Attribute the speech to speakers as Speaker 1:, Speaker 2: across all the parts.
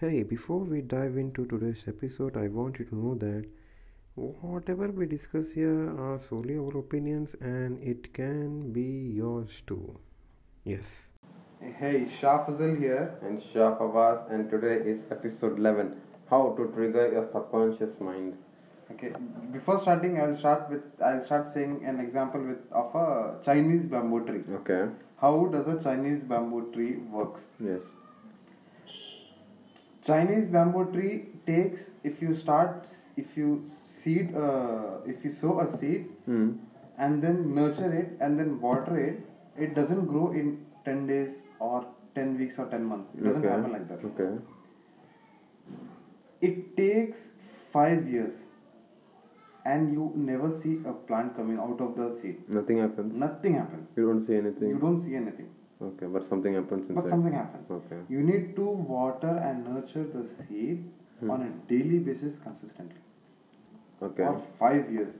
Speaker 1: Hey, before we dive into today's episode, I want you to know that whatever we discuss here are solely our opinions and it can be yours too. Yes.
Speaker 2: Hey, Shah Fazil here.
Speaker 3: and Shah Fawaz, and today is episode 11 How to Trigger Your Subconscious Mind.
Speaker 2: Okay, before starting, I'll start with I'll start saying an example with of a Chinese bamboo tree.
Speaker 3: Okay,
Speaker 2: How does a Chinese bamboo tree works?
Speaker 3: yes,
Speaker 2: Chinese bamboo tree takes if you start if you seed uh, if you sow a seed
Speaker 3: hmm.
Speaker 2: and then nurture it and then water it, it doesn't grow in ten days or ten weeks or ten months. It doesn't
Speaker 3: okay.
Speaker 2: happen like that.
Speaker 3: Okay,
Speaker 2: It takes five years, and you never see a plant coming out of the seed.
Speaker 3: nothing happens,
Speaker 2: Nothing happens.
Speaker 3: you don't see
Speaker 2: You
Speaker 3: anything,
Speaker 2: don't see anything,
Speaker 3: okay, but something happens inside.
Speaker 2: but something happens.
Speaker 3: Okay,
Speaker 2: You need to water and nurture the seed on a daily basis consistently
Speaker 3: Hmm. okay,
Speaker 2: for five years.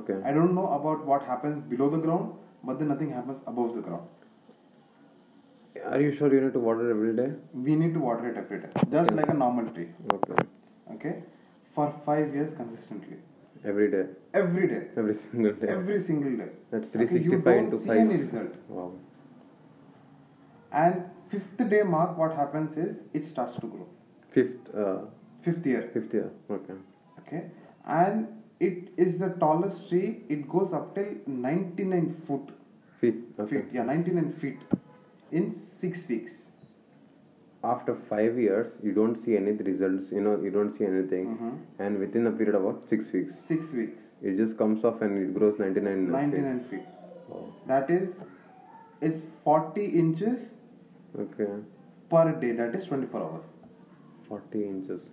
Speaker 3: okay,
Speaker 2: I don't know about what happens below the ground, but then nothing happens above the ground.
Speaker 3: are you sure you need to water every day?
Speaker 2: We need to water it every day, just like a normal tree.
Speaker 3: Okay,
Speaker 2: Okay, for five years consistently,
Speaker 3: every day,
Speaker 2: every day.
Speaker 3: every single day.
Speaker 2: every single day. you
Speaker 3: That's 365
Speaker 2: don't
Speaker 3: into
Speaker 2: see
Speaker 3: 5.
Speaker 2: any result.
Speaker 3: Wow,
Speaker 2: And fifth day mark, what happens is it starts to grow.
Speaker 3: fifth, uh,
Speaker 2: Fifth year,
Speaker 3: fifth year, okay,
Speaker 2: okay, and it is the tallest tree. It goes up till 99 foot,
Speaker 3: feet, okay.
Speaker 2: feet. Yeah, 99 feet in six weeks.
Speaker 3: after five years you don't see any results you know you don't see anything
Speaker 2: Mm-hmm.
Speaker 3: and within a period of about six weeks
Speaker 2: Six weeks,
Speaker 3: it just comes off and it grows 99 feet.
Speaker 2: 99 feet.
Speaker 3: Wow.
Speaker 2: That is, it's 40 inches
Speaker 3: okay
Speaker 2: per day. That is 24 hours.
Speaker 3: 40 inches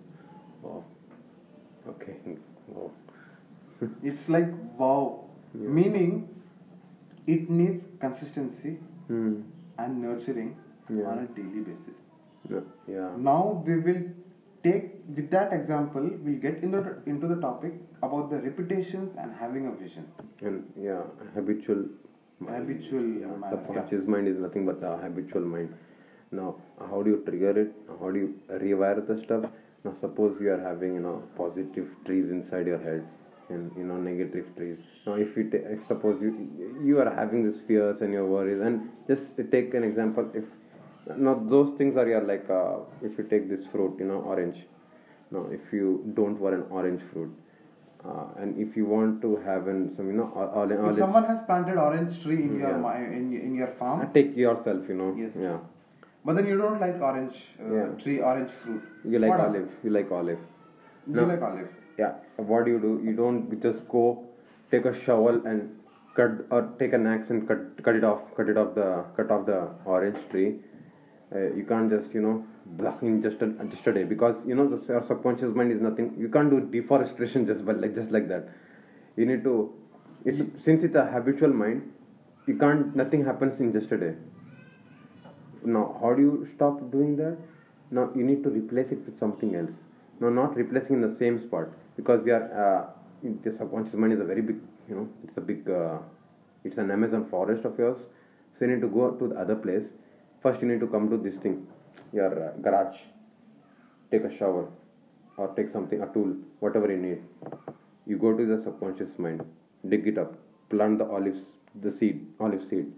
Speaker 3: wow okay wow
Speaker 2: It's like wow. Meaning, it needs consistency
Speaker 3: hmm
Speaker 2: and nurturing
Speaker 3: Yeah.
Speaker 2: on a daily basis.
Speaker 3: yeah yeah
Speaker 2: Now we will take with that example. We'll get in the, into the topic about the repetitions and having a vision.
Speaker 3: and yeah habitual
Speaker 2: Habitual
Speaker 3: yeah,
Speaker 2: mind,
Speaker 3: the
Speaker 2: yeah.
Speaker 3: conscious mind is nothing but the habitual mind now how do you trigger it how do you rewire the stuff now suppose you are having you know positive trees inside your head and you know negative trees now if you ta- if suppose you you are having these fears and your worries and just take an example if now those things are your like uh, if you take this fruit you know orange now if you don't want an orange fruit uh, and if you want to have an some you know or- or-
Speaker 2: If
Speaker 3: olive
Speaker 2: someone has planted orange tree in your
Speaker 3: Yeah.
Speaker 2: your in, in your
Speaker 3: uh,
Speaker 2: farm,
Speaker 3: take yourself, you know.
Speaker 2: Yes.
Speaker 3: Yeah.
Speaker 2: but then you don't like orange uh,
Speaker 3: Yeah.
Speaker 2: tree, orange fruit.
Speaker 3: You like
Speaker 2: What
Speaker 3: olive. You like olive.
Speaker 2: happened? You like olive.
Speaker 3: Yeah. What do you do? You don't just go take a shovel and cut or take an axe and cut cut it off. Cut it off the cut off the orange tree. Uh, you can't just you know blah, in just a, just a day because you know the your subconscious mind is nothing. You can't do deforestation just by like just like that. You need to. It's since it's a habitual mind. You can't. Nothing happens in just a day. Now, how do you stop doing that? Now, you need to replace it with something else. Now, not replacing in the same spot because your uh, the subconscious mind is a very big, you know, it's a big, uh, it's an Amazon forest of yours. So you need to go to the other place. First, you need to come to this thing, your uh, garage. Take a shower, or take something, a tool, whatever you need. You go to the subconscious mind, dig it up, plant the olives, the seed, olive seed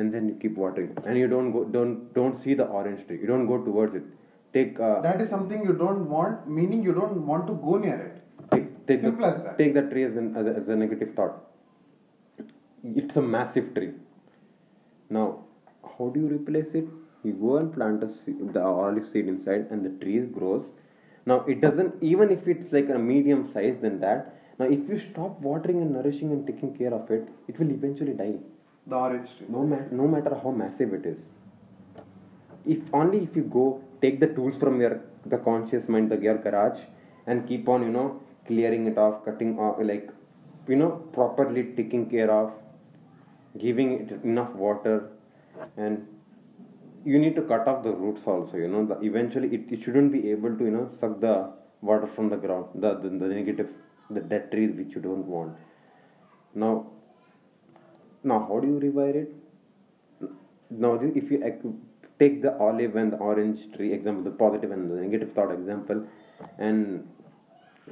Speaker 3: and then you keep watering and you don't go don't don't see the orange tree you don't go towards it take uh,
Speaker 2: That is something you don't want. Meaning you don't want to go near it.
Speaker 3: take take
Speaker 2: Simple
Speaker 3: the,
Speaker 2: as that.
Speaker 3: take the tree as, an, as, a, as a negative thought it's a massive tree now how do you replace it you go and plant a seed, the olive seed inside and the tree grows now it doesn't even if it's like a medium size than that now if you stop watering and nourishing and taking care of it it will eventually die
Speaker 2: The orange tree.
Speaker 3: no, ma- no matter how massive it is if only if you go take the tools from your the conscious mind the your garage and keep on you know clearing it off cutting off like you know properly taking care of giving it enough water and you need to cut off the roots also you know the, eventually it, it shouldn't be able to you know suck the water from the ground the the, the negative the dead trees which you don't want now now how do you rewire it now th- if you ac- take the olive and the orange tree example, the positive and the negative thought example, and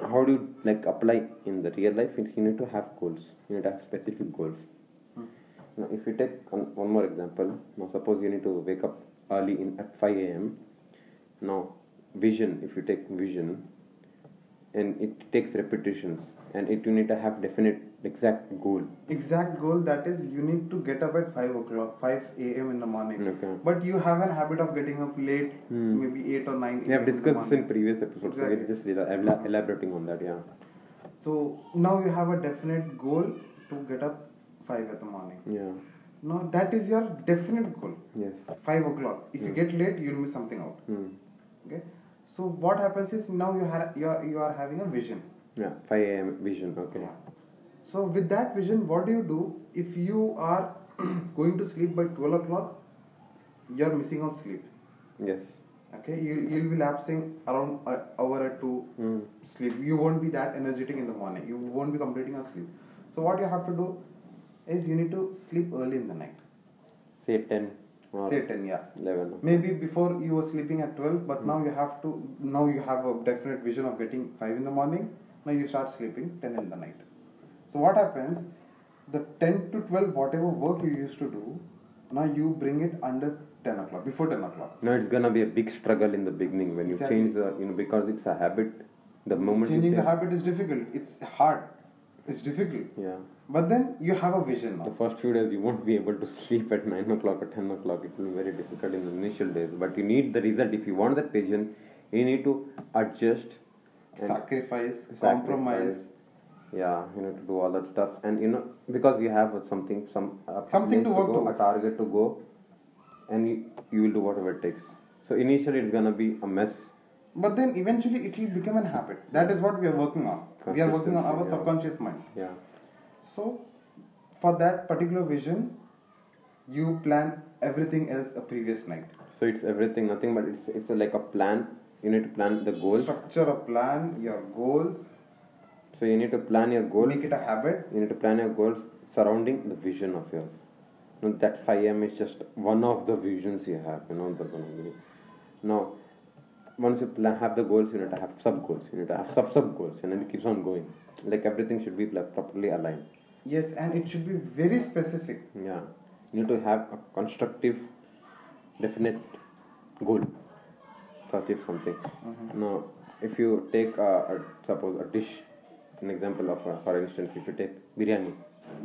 Speaker 3: how do you like apply in the real life? It's, you need to have goals. You need to have specific goals. Now, if you take one, one more example, now suppose you need to wake up early in at 5 a.m. Now, vision. If you take vision, and it takes repetitions, and it you need to have definite exact goal.
Speaker 2: exact goal that is you need to get up at 5 o'clock 5 a.m in the morning
Speaker 3: Okay.
Speaker 2: but you have an habit of getting up late maybe 8 or 9
Speaker 3: We
Speaker 2: a.m.
Speaker 3: have
Speaker 2: in the
Speaker 3: discussed this
Speaker 2: morning.
Speaker 3: in previous episodes. So we're
Speaker 2: Exactly.
Speaker 3: just rela- elab- elaborating on that. Yeah.
Speaker 2: so now you have a definite goal to get up 5 at the morning
Speaker 3: Yeah.
Speaker 2: now that is your definite goal
Speaker 3: Yes.
Speaker 2: 5 o'clock if you get late you'll miss something out
Speaker 3: Hmm.
Speaker 2: okay so what happens is now you, ha- you, are, you are having a vision
Speaker 3: Yeah. 5 a.m. vision. Okay.
Speaker 2: Yeah. So with that vision, what do you do if you are going to sleep by 12 o'clock? You're missing out sleep.
Speaker 3: Yes.
Speaker 2: Okay, you you'll be lapsing around an hour or two
Speaker 3: Hmm.
Speaker 2: sleep. You won't be that energetic in the morning. You won't be completing your sleep. So what you have to do is you need to sleep early in the night.
Speaker 3: Say 10 or
Speaker 2: Say 10, yeah.
Speaker 3: 11.
Speaker 2: Maybe before you were sleeping at 12, but now you have to now you have a definite vision of getting 5 in the morning. Now you start sleeping 10 in the night. So what happens? The 10 to 12 whatever work you used to do, now you bring it under 10 o'clock before 10 o'clock.
Speaker 3: No, it's gonna be a big struggle in the beginning when you
Speaker 2: Exactly.
Speaker 3: change the, you know, because it's a habit. The moment
Speaker 2: Changing
Speaker 3: you
Speaker 2: the
Speaker 3: change,
Speaker 2: habit is difficult. It's hard. It's difficult.
Speaker 3: yeah,
Speaker 2: But then you have a vision
Speaker 3: the
Speaker 2: now.
Speaker 3: first few days you won't be able to sleep at nine o'clock or ten o'clock. It will be very difficult in the initial days, but you need the result. If you want that vision, you need to adjust and
Speaker 2: Sacrifice,
Speaker 3: sacrifice.
Speaker 2: compromise,
Speaker 3: Yeah, you need to do all that stuff, and you know because you have something, some uh,
Speaker 2: Something to
Speaker 3: place
Speaker 2: work
Speaker 3: go, a
Speaker 2: towards.
Speaker 3: target to go, and you, you will do whatever it takes. So initially it's gonna be a mess.
Speaker 2: But then eventually it will become an habit. That is what we are working on. We are working on our
Speaker 3: Consistency, yeah.
Speaker 2: subconscious mind.
Speaker 3: Yeah,
Speaker 2: So, for that particular vision, you plan everything else a previous night.
Speaker 3: so it's everything, nothing, but it's it's like a plan. You need to plan the goals.
Speaker 2: Structure a plan, your goals,
Speaker 3: So you need to plan your goals.
Speaker 2: make it a habit.
Speaker 3: You need to plan your goals surrounding the vision of yours. You know, that 5 am is just one of the visions you have. You know, the one of the- now, once you plan, have the goals, you need to have sub goals. You need to have sub sub goals, and then it keeps on going. Like everything should be like, properly aligned.
Speaker 2: Yes, and it should be very specific.
Speaker 3: Yeah, you need to have a constructive, definite goal to achieve something. Now, if you take a, a suppose a dish, an example of a, for instance, if you take biryani.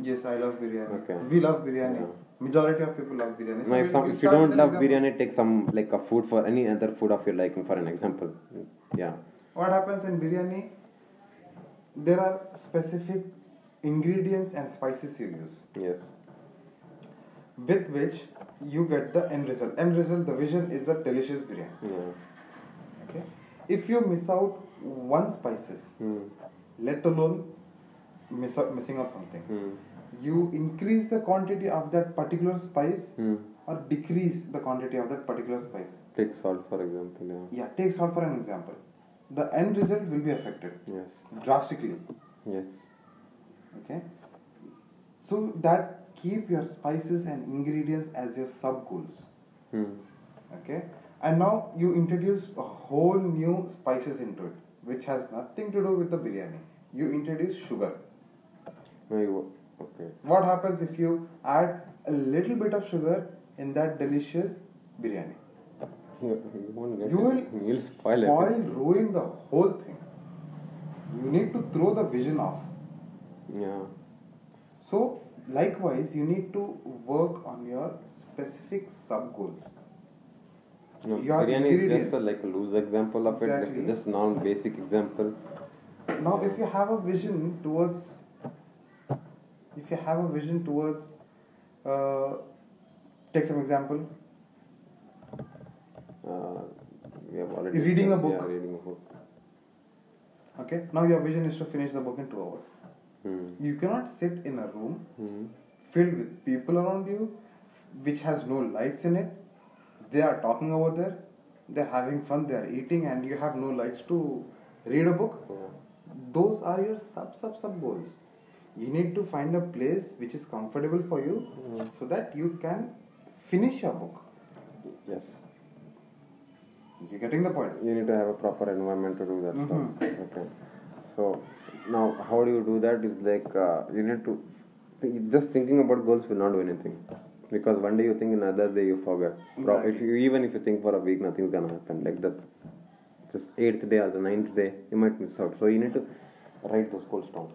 Speaker 2: Yes, I love biryani.
Speaker 3: Okay.
Speaker 2: We love biryani.
Speaker 3: Yeah.
Speaker 2: Majority of people love biryani. So
Speaker 3: Now,
Speaker 2: we'll-
Speaker 3: if, some,
Speaker 2: we'll
Speaker 3: if you
Speaker 2: start
Speaker 3: don't
Speaker 2: with an
Speaker 3: love
Speaker 2: example.
Speaker 3: biryani, take some like a food for any other food of your liking. For an example, yeah,
Speaker 2: what happens in biryani? There are specific ingredients and spices you use.
Speaker 3: yes,
Speaker 2: with which you get the end result. End result, the vision is a delicious biryani.
Speaker 3: yeah,
Speaker 2: Okay. If you miss out one spices,
Speaker 3: Hmm.
Speaker 2: let alone miss out, missing out something,
Speaker 3: Hmm.
Speaker 2: you increase the quantity of that particular spice
Speaker 3: Hmm.
Speaker 2: or decrease the quantity of that particular spice.
Speaker 3: take salt for example, yeah,
Speaker 2: Yeah, take salt for an example. The end result will be affected
Speaker 3: yes,
Speaker 2: drastically.
Speaker 3: yes,
Speaker 2: Okay. So that keep your spices and ingredients as your sub goals.
Speaker 3: hmm.
Speaker 2: okay and now you introduce a whole new spices into it which has nothing to do with the biryani you introduce sugar
Speaker 3: Now you okay,
Speaker 2: what happens if you add a little bit of sugar in that delicious biryani
Speaker 3: you, you won't get
Speaker 2: you will
Speaker 3: it. you'll spoil,
Speaker 2: spoil
Speaker 3: it.
Speaker 2: ruin the whole thing you need to throw the vision off
Speaker 3: Yeah,
Speaker 2: so likewise you need to work on your specific sub goals
Speaker 3: no,
Speaker 2: Your
Speaker 3: biryani is just
Speaker 2: ingredients.
Speaker 3: a, like a loose example of it.
Speaker 2: Exactly.
Speaker 3: Like, just non basic example.
Speaker 2: Now, if you have a vision towards, if you have a vision towards, uh, take some example,
Speaker 3: Uh, we have already
Speaker 2: Reading a book.
Speaker 3: Yeah, reading a book.
Speaker 2: okay. Now your vision is to finish the book in two hours.
Speaker 3: Hmm.
Speaker 2: You cannot sit in a room
Speaker 3: Hmm.
Speaker 2: filled with people around you, which has no lights in it. They are talking over there, they're having fun, they're eating, and you have no lights to read a book.
Speaker 3: Yeah.
Speaker 2: Those are your sub sub sub goals. You need to find a place
Speaker 3: Hmm.
Speaker 2: which is comfortable for you so that you can finish your book.
Speaker 3: Yes.
Speaker 2: You're getting the point.
Speaker 3: you need to have a proper environment to do that
Speaker 2: Mhm.
Speaker 3: stuff. Okay. So now, how do you do that? Is like uh, you need to th- just thinking about goals will not do anything because one day you think, another day you forget. Pro- if
Speaker 2: Exactly.
Speaker 3: you, even if you think for a week, nothing's gonna happen. Like the just eighth day or the ninth day, you might miss out. So you need to write those goals down.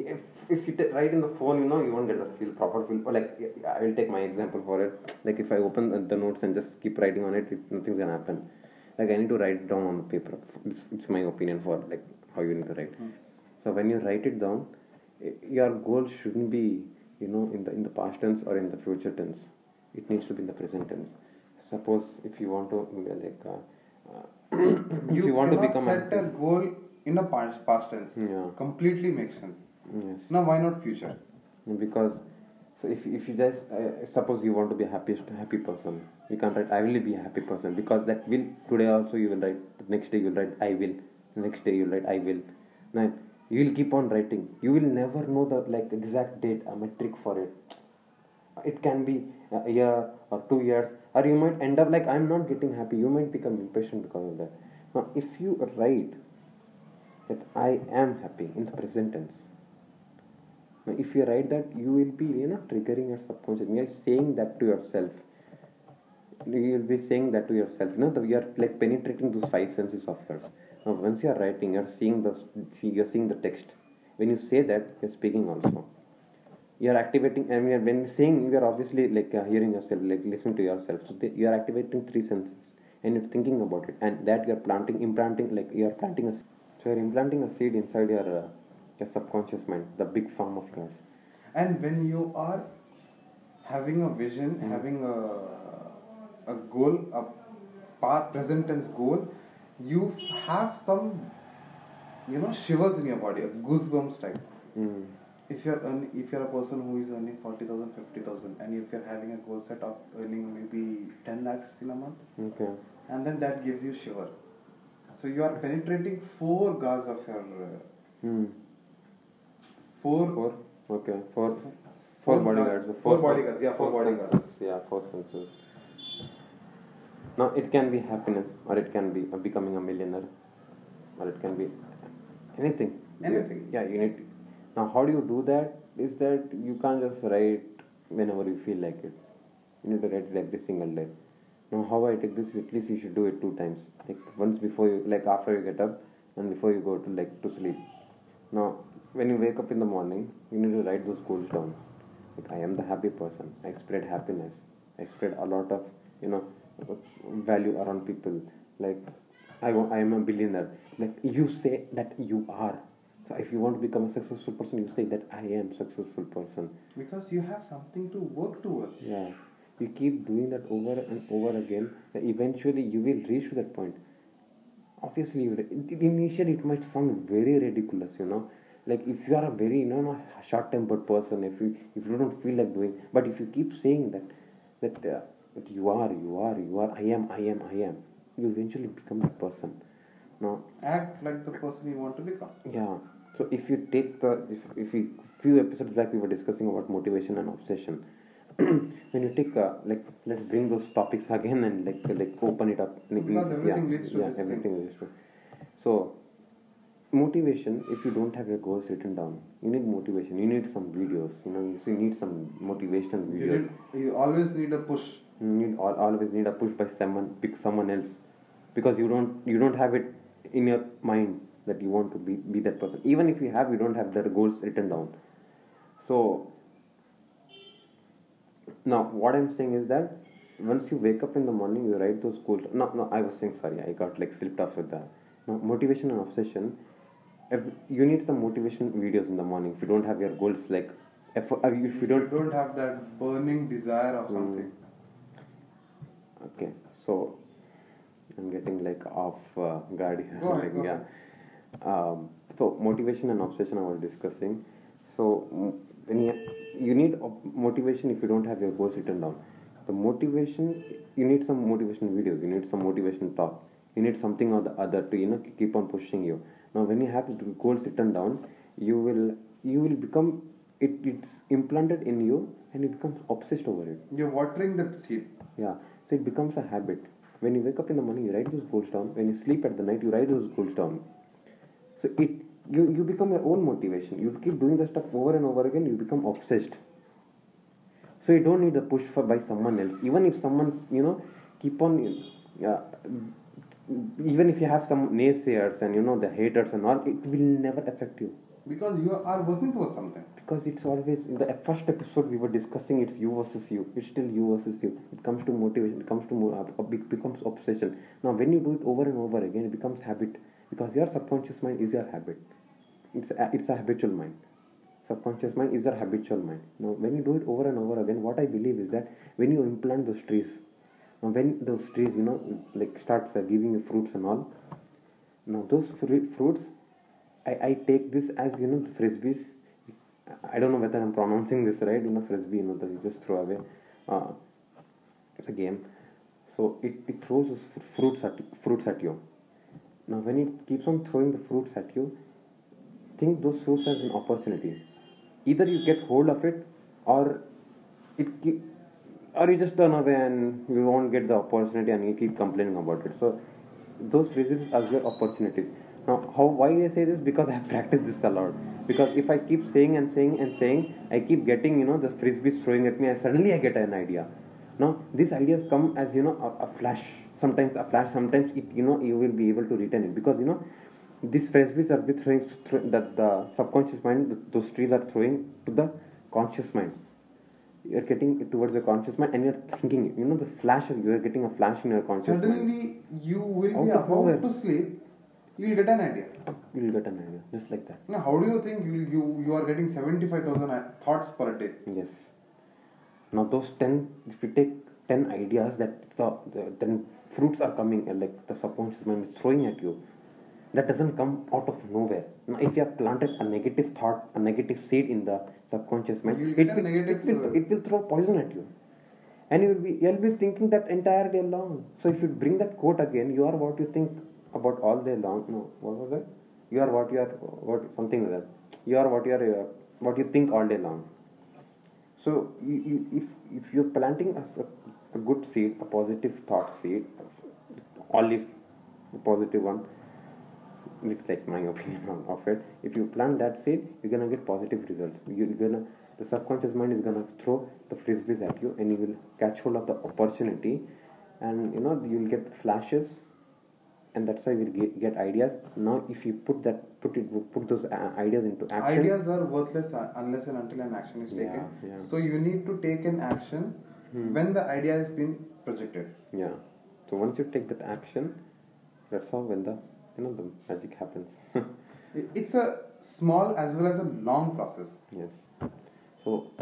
Speaker 3: If, if you t- write in the phone, you know, you won't get the feel proper feel. Or like I will take my example for it. Like if I open the, the notes and just keep writing on it, it, nothing's gonna happen. Like I need to write it down on the paper. It's, it's my opinion for like how you need to write. So when you write it down, i- your goal shouldn't be you know in the in the past tense or in the future tense. It needs to be in the present tense. Suppose if you want to uh, like uh, uh, if you, want to
Speaker 2: cannot
Speaker 3: become
Speaker 2: set a
Speaker 3: active.
Speaker 2: goal in a past, past tense.
Speaker 3: Yeah.
Speaker 2: Completely makes sense.
Speaker 3: Yes.
Speaker 2: Now why not future?
Speaker 3: because so if, if you just uh, suppose you want to be happiest happy person you can't write i will be a happy person because that will today also you will write the next day you will write i will the next day you will write i will now you will keep on writing you will never know the like exact date a metric for it it can be a year or two years or you might end up like i'm not getting happy you might become impatient because of that now if you write that i am happy in the present tense now, if you write that, you will be you know triggering your subconscious. You are saying that to yourself. You will be saying that to yourself. You know, the- you are like penetrating those five senses of yours. Now, once you are writing, you are seeing the see, you are seeing the text. When you say that, you are speaking also. You are activating. I mean, when saying, you are obviously like uh, hearing yourself, like listening to yourself. So the, you are activating three senses, and you're thinking about it, and that you are planting, implanting, like you are planting a. So you're implanting a seed inside your uh, your subconscious mind, the big farm of yours.
Speaker 2: And when you are having a vision,
Speaker 3: Hmm.
Speaker 2: having a, a goal, a past, present tense goal, you f- have some, you know, shivers in your body, a goosebumps type.
Speaker 3: Mm.
Speaker 2: If you're earn, if you're a person who is earning 40,000, 50,000 and if you're having a goal set of earning maybe 10 lakhs in a month,
Speaker 3: Okay.
Speaker 2: and then that gives you shiver. So you are penetrating four guards of your uh,
Speaker 3: Mm.
Speaker 2: four
Speaker 3: Four. Okay. Four.
Speaker 2: f-
Speaker 3: Four
Speaker 2: guards-
Speaker 3: bodyguards. the
Speaker 2: Four bodyguards. Yeah, four bodyguards.
Speaker 3: senses, Yeah, four senses. Now it can be happiness, or it can be uh, becoming a millionaire, or it can be anything.
Speaker 2: Anything.
Speaker 3: Yeah, you need. Now, how do you do that? Is that you can't just write whenever you feel like it. You need to write it every single day. Now, how I take this? is At least you should do it two times. Like once before you, like after you get up, and before you go to like to sleep. Now, when you wake up in the morning, you need to write those goals down. Like I am the happy person. I spread happiness. I spread a lot of you know value around people. Like I, wa- I am a billionaire. Like you say that you are. So if you want to become a successful person, you say that I am successful person.
Speaker 2: Because you have something to work towards.
Speaker 3: Yeah. You keep doing that over and over again. that Eventually, you will reach to that point. Obviously, you will- it- it- initially it might sound very ridiculous, you know. Like if you are a very you know short-tempered person, if you if you don't feel like doing, but if you keep saying that that, uh, that you are, you are, you are, I am, I am, I am, you eventually become that person. Now,
Speaker 2: Act like the person you want to become.
Speaker 3: yeah. So if you take the if if you few episodes back we were discussing about motivation and obsession. when you take uh, like let's bring those topics again and like like open it up. Like,
Speaker 2: Because
Speaker 3: yeah,
Speaker 2: everything leads to
Speaker 3: yeah,
Speaker 2: this thing.
Speaker 3: everything leads to. So motivation if you don't have your goals written down you need motivation you need some videos you know you see- need some motivational
Speaker 2: You,
Speaker 3: videos
Speaker 2: need, you always need a push.
Speaker 3: you need al always need a push by someone pick someone else because you don't you don't have it in your mind that you want to be, be that person even if you have you don't have their goals written down so now what i'm saying is that once you wake up in the morning you write those goals no no i was saying sorry i got like slipped off with that now, motivation and obsession if you need some motivation videos in the morning if you don't have your goals like if, if you don't
Speaker 2: You don't have that burning desire
Speaker 3: Hmm.
Speaker 2: of something.
Speaker 3: Okay, so I'm getting like off uh, guard here.
Speaker 2: Go ahead,
Speaker 3: like,
Speaker 2: go
Speaker 3: yeah. Um, so motivation and obsession I was discussing. So mm, when you, you need op- motivation if you don't have your goals written down. The motivation you need some motivation videos. You need some motivation talk. You need something or the other to you know keep on pushing you. Now when you have the goals written down, you will you will become it, it's implanted in you and you become obsessed over it.
Speaker 2: You're watering the seed.
Speaker 3: Yeah, so it becomes a habit. When you wake up in the morning, you write those goals down. When you sleep at the night, you write those goals down. So it you you become your own motivation. You keep doing the stuff over and over again. You become obsessed. So you don't need the push for by someone else. Even if someone's you know keep on, uh, even if you have some naysayers and you know the haters and all, it will never affect you
Speaker 2: because you are working towards something.
Speaker 3: because it's always in the first episode we were discussing it's you versus you it's still you versus you it comes to motivation it comes to mo- uh, uh, it becomes obsession now when you do it over and over again it becomes habit because your subconscious mind is your habit it's a, it's a habitual mind subconscious mind is your habitual mind now when you do it over and over again what i believe is that when you implant those trees now when those trees you know like starts uh, giving you fruits and all now those fru- fruits I, I take this as you know the frisbees I don't know whether I'm pronouncing this right you know frisbee you know that you just throw away uh, it's a game so it, it throws those fr- fruits at fruits at you now when it keeps on throwing the fruits at you think those fruits as an opportunity either you get hold of it or it keep, or you just turn away and you won't get the opportunity and you keep complaining about it so those frisbees are your opportunities now how why i say this because i have practiced this a lot because if i keep saying and saying and saying i keep getting you know the frisbees throwing at me and suddenly i get an idea now these ideas come as you know a, a flash sometimes a flash sometimes it you know you will be able to retain it because you know these frisbees are be throwing thro- that the subconscious mind th- those trees are throwing to the conscious mind you're getting towards your conscious mind and you're thinking you know the flash you're getting a flash in your conscious mind
Speaker 2: Suddenly, you will
Speaker 3: Out
Speaker 2: be
Speaker 3: of nowhere.
Speaker 2: about to sleep. You will get an idea.
Speaker 3: you'll get an idea just like that
Speaker 2: Now, how do you think you you, you are getting seventy five thousand uh, thoughts per day?
Speaker 3: Yes. Now those ten, if you take ten ideas that the, the then fruits are coming, uh, like the subconscious mind is throwing at you, that doesn't come out of nowhere. Now, if you have planted a negative thought, a negative seed in the subconscious mind,
Speaker 2: You'll
Speaker 3: it
Speaker 2: get a
Speaker 3: will,
Speaker 2: negative
Speaker 3: it, will,
Speaker 2: seed.
Speaker 3: it will throw poison at you, and you will be you'll be thinking that entire day long. So if you bring that quote again, you are what you think about all day long. No, what was that? You are what you are, what something like that. You are what you are, uh, what you think all day long. So you, you, if if you're planting a, s- a good seed, a positive thought seed, olive, a positive one, it's like my opinion on- of it. If you plant that seed, you're gonna get positive results. You, you're gonna the subconscious mind is gonna throw the frisbees at you, and you will catch hold of the opportunity, and you know you'll get flashes, and that's how you'll get, get ideas. Now, if you put that put it put those uh, ideas into action,
Speaker 2: Ideas are worthless uh, unless and until an action is taken.
Speaker 3: Yeah, Hmm. yeah.
Speaker 2: So you need to take an action when the idea has been projected.
Speaker 3: Yeah. So once you take that action, that's how when the you know the magic happens.
Speaker 2: I- It's a small as well as a long process.
Speaker 3: yes. So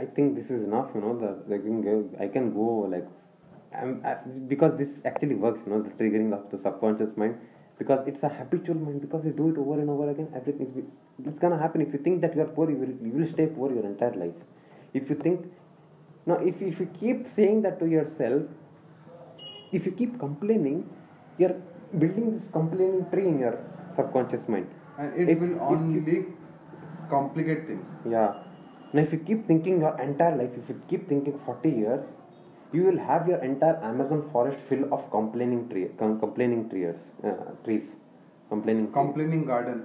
Speaker 3: I think this is enough. You know the I can go, I can go like I'm I, because this actually works. You know the triggering of the subconscious mind because it's a habitual mind because you do it over and over again. Everything is- it's gonna happen. If you think that you are poor, you will you will stay poor your entire life. If you think now, if if you keep saying that to yourself, if you keep complaining, you're building this complaining tree in your subconscious mind.
Speaker 2: And it
Speaker 3: If-
Speaker 2: will
Speaker 3: if you-
Speaker 2: only complicate things.
Speaker 3: yeah. Now, if you keep thinking your entire life, if you keep thinking 40 years, you will have your entire Amazon forest full of complaining tree, com- complaining trees, uh, trees, complaining. trees.
Speaker 2: Complaining garden.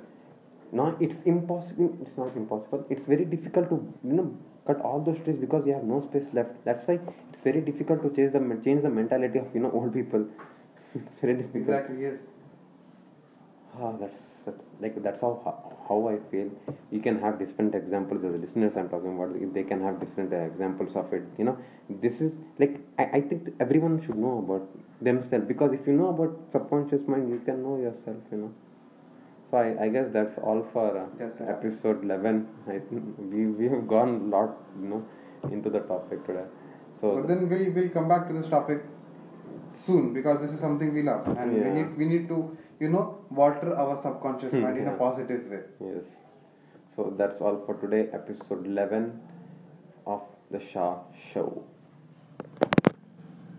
Speaker 3: No, it's impossible. It's not impossible. It's very difficult to you know cut all those trees because you have no space left. That's why it's very difficult to change the men- change the mentality of you know old people. it's very difficult.
Speaker 2: Exactly, yes.
Speaker 3: Ah, that's, that's like that's how how I feel. You can have different examples as listeners. I'm talking about if they can have different uh, examples of it. You know, this is like I, I think that everyone should know about themselves because if you know about subconscious mind, you can know yourself. You know, so I, I guess that's all for uh,
Speaker 2: That's it.
Speaker 3: episode eleven. I think we we have gone lot you know into the topic today. So
Speaker 2: But then we'll, we'll come back to this topic soon because this is something we love and we
Speaker 3: Yeah. Hmm.
Speaker 2: need we need to you know water our subconscious mind in a
Speaker 3: Yeah.
Speaker 2: positive way.
Speaker 3: Yes. So that's all for today, episode 11 of The Shah Show.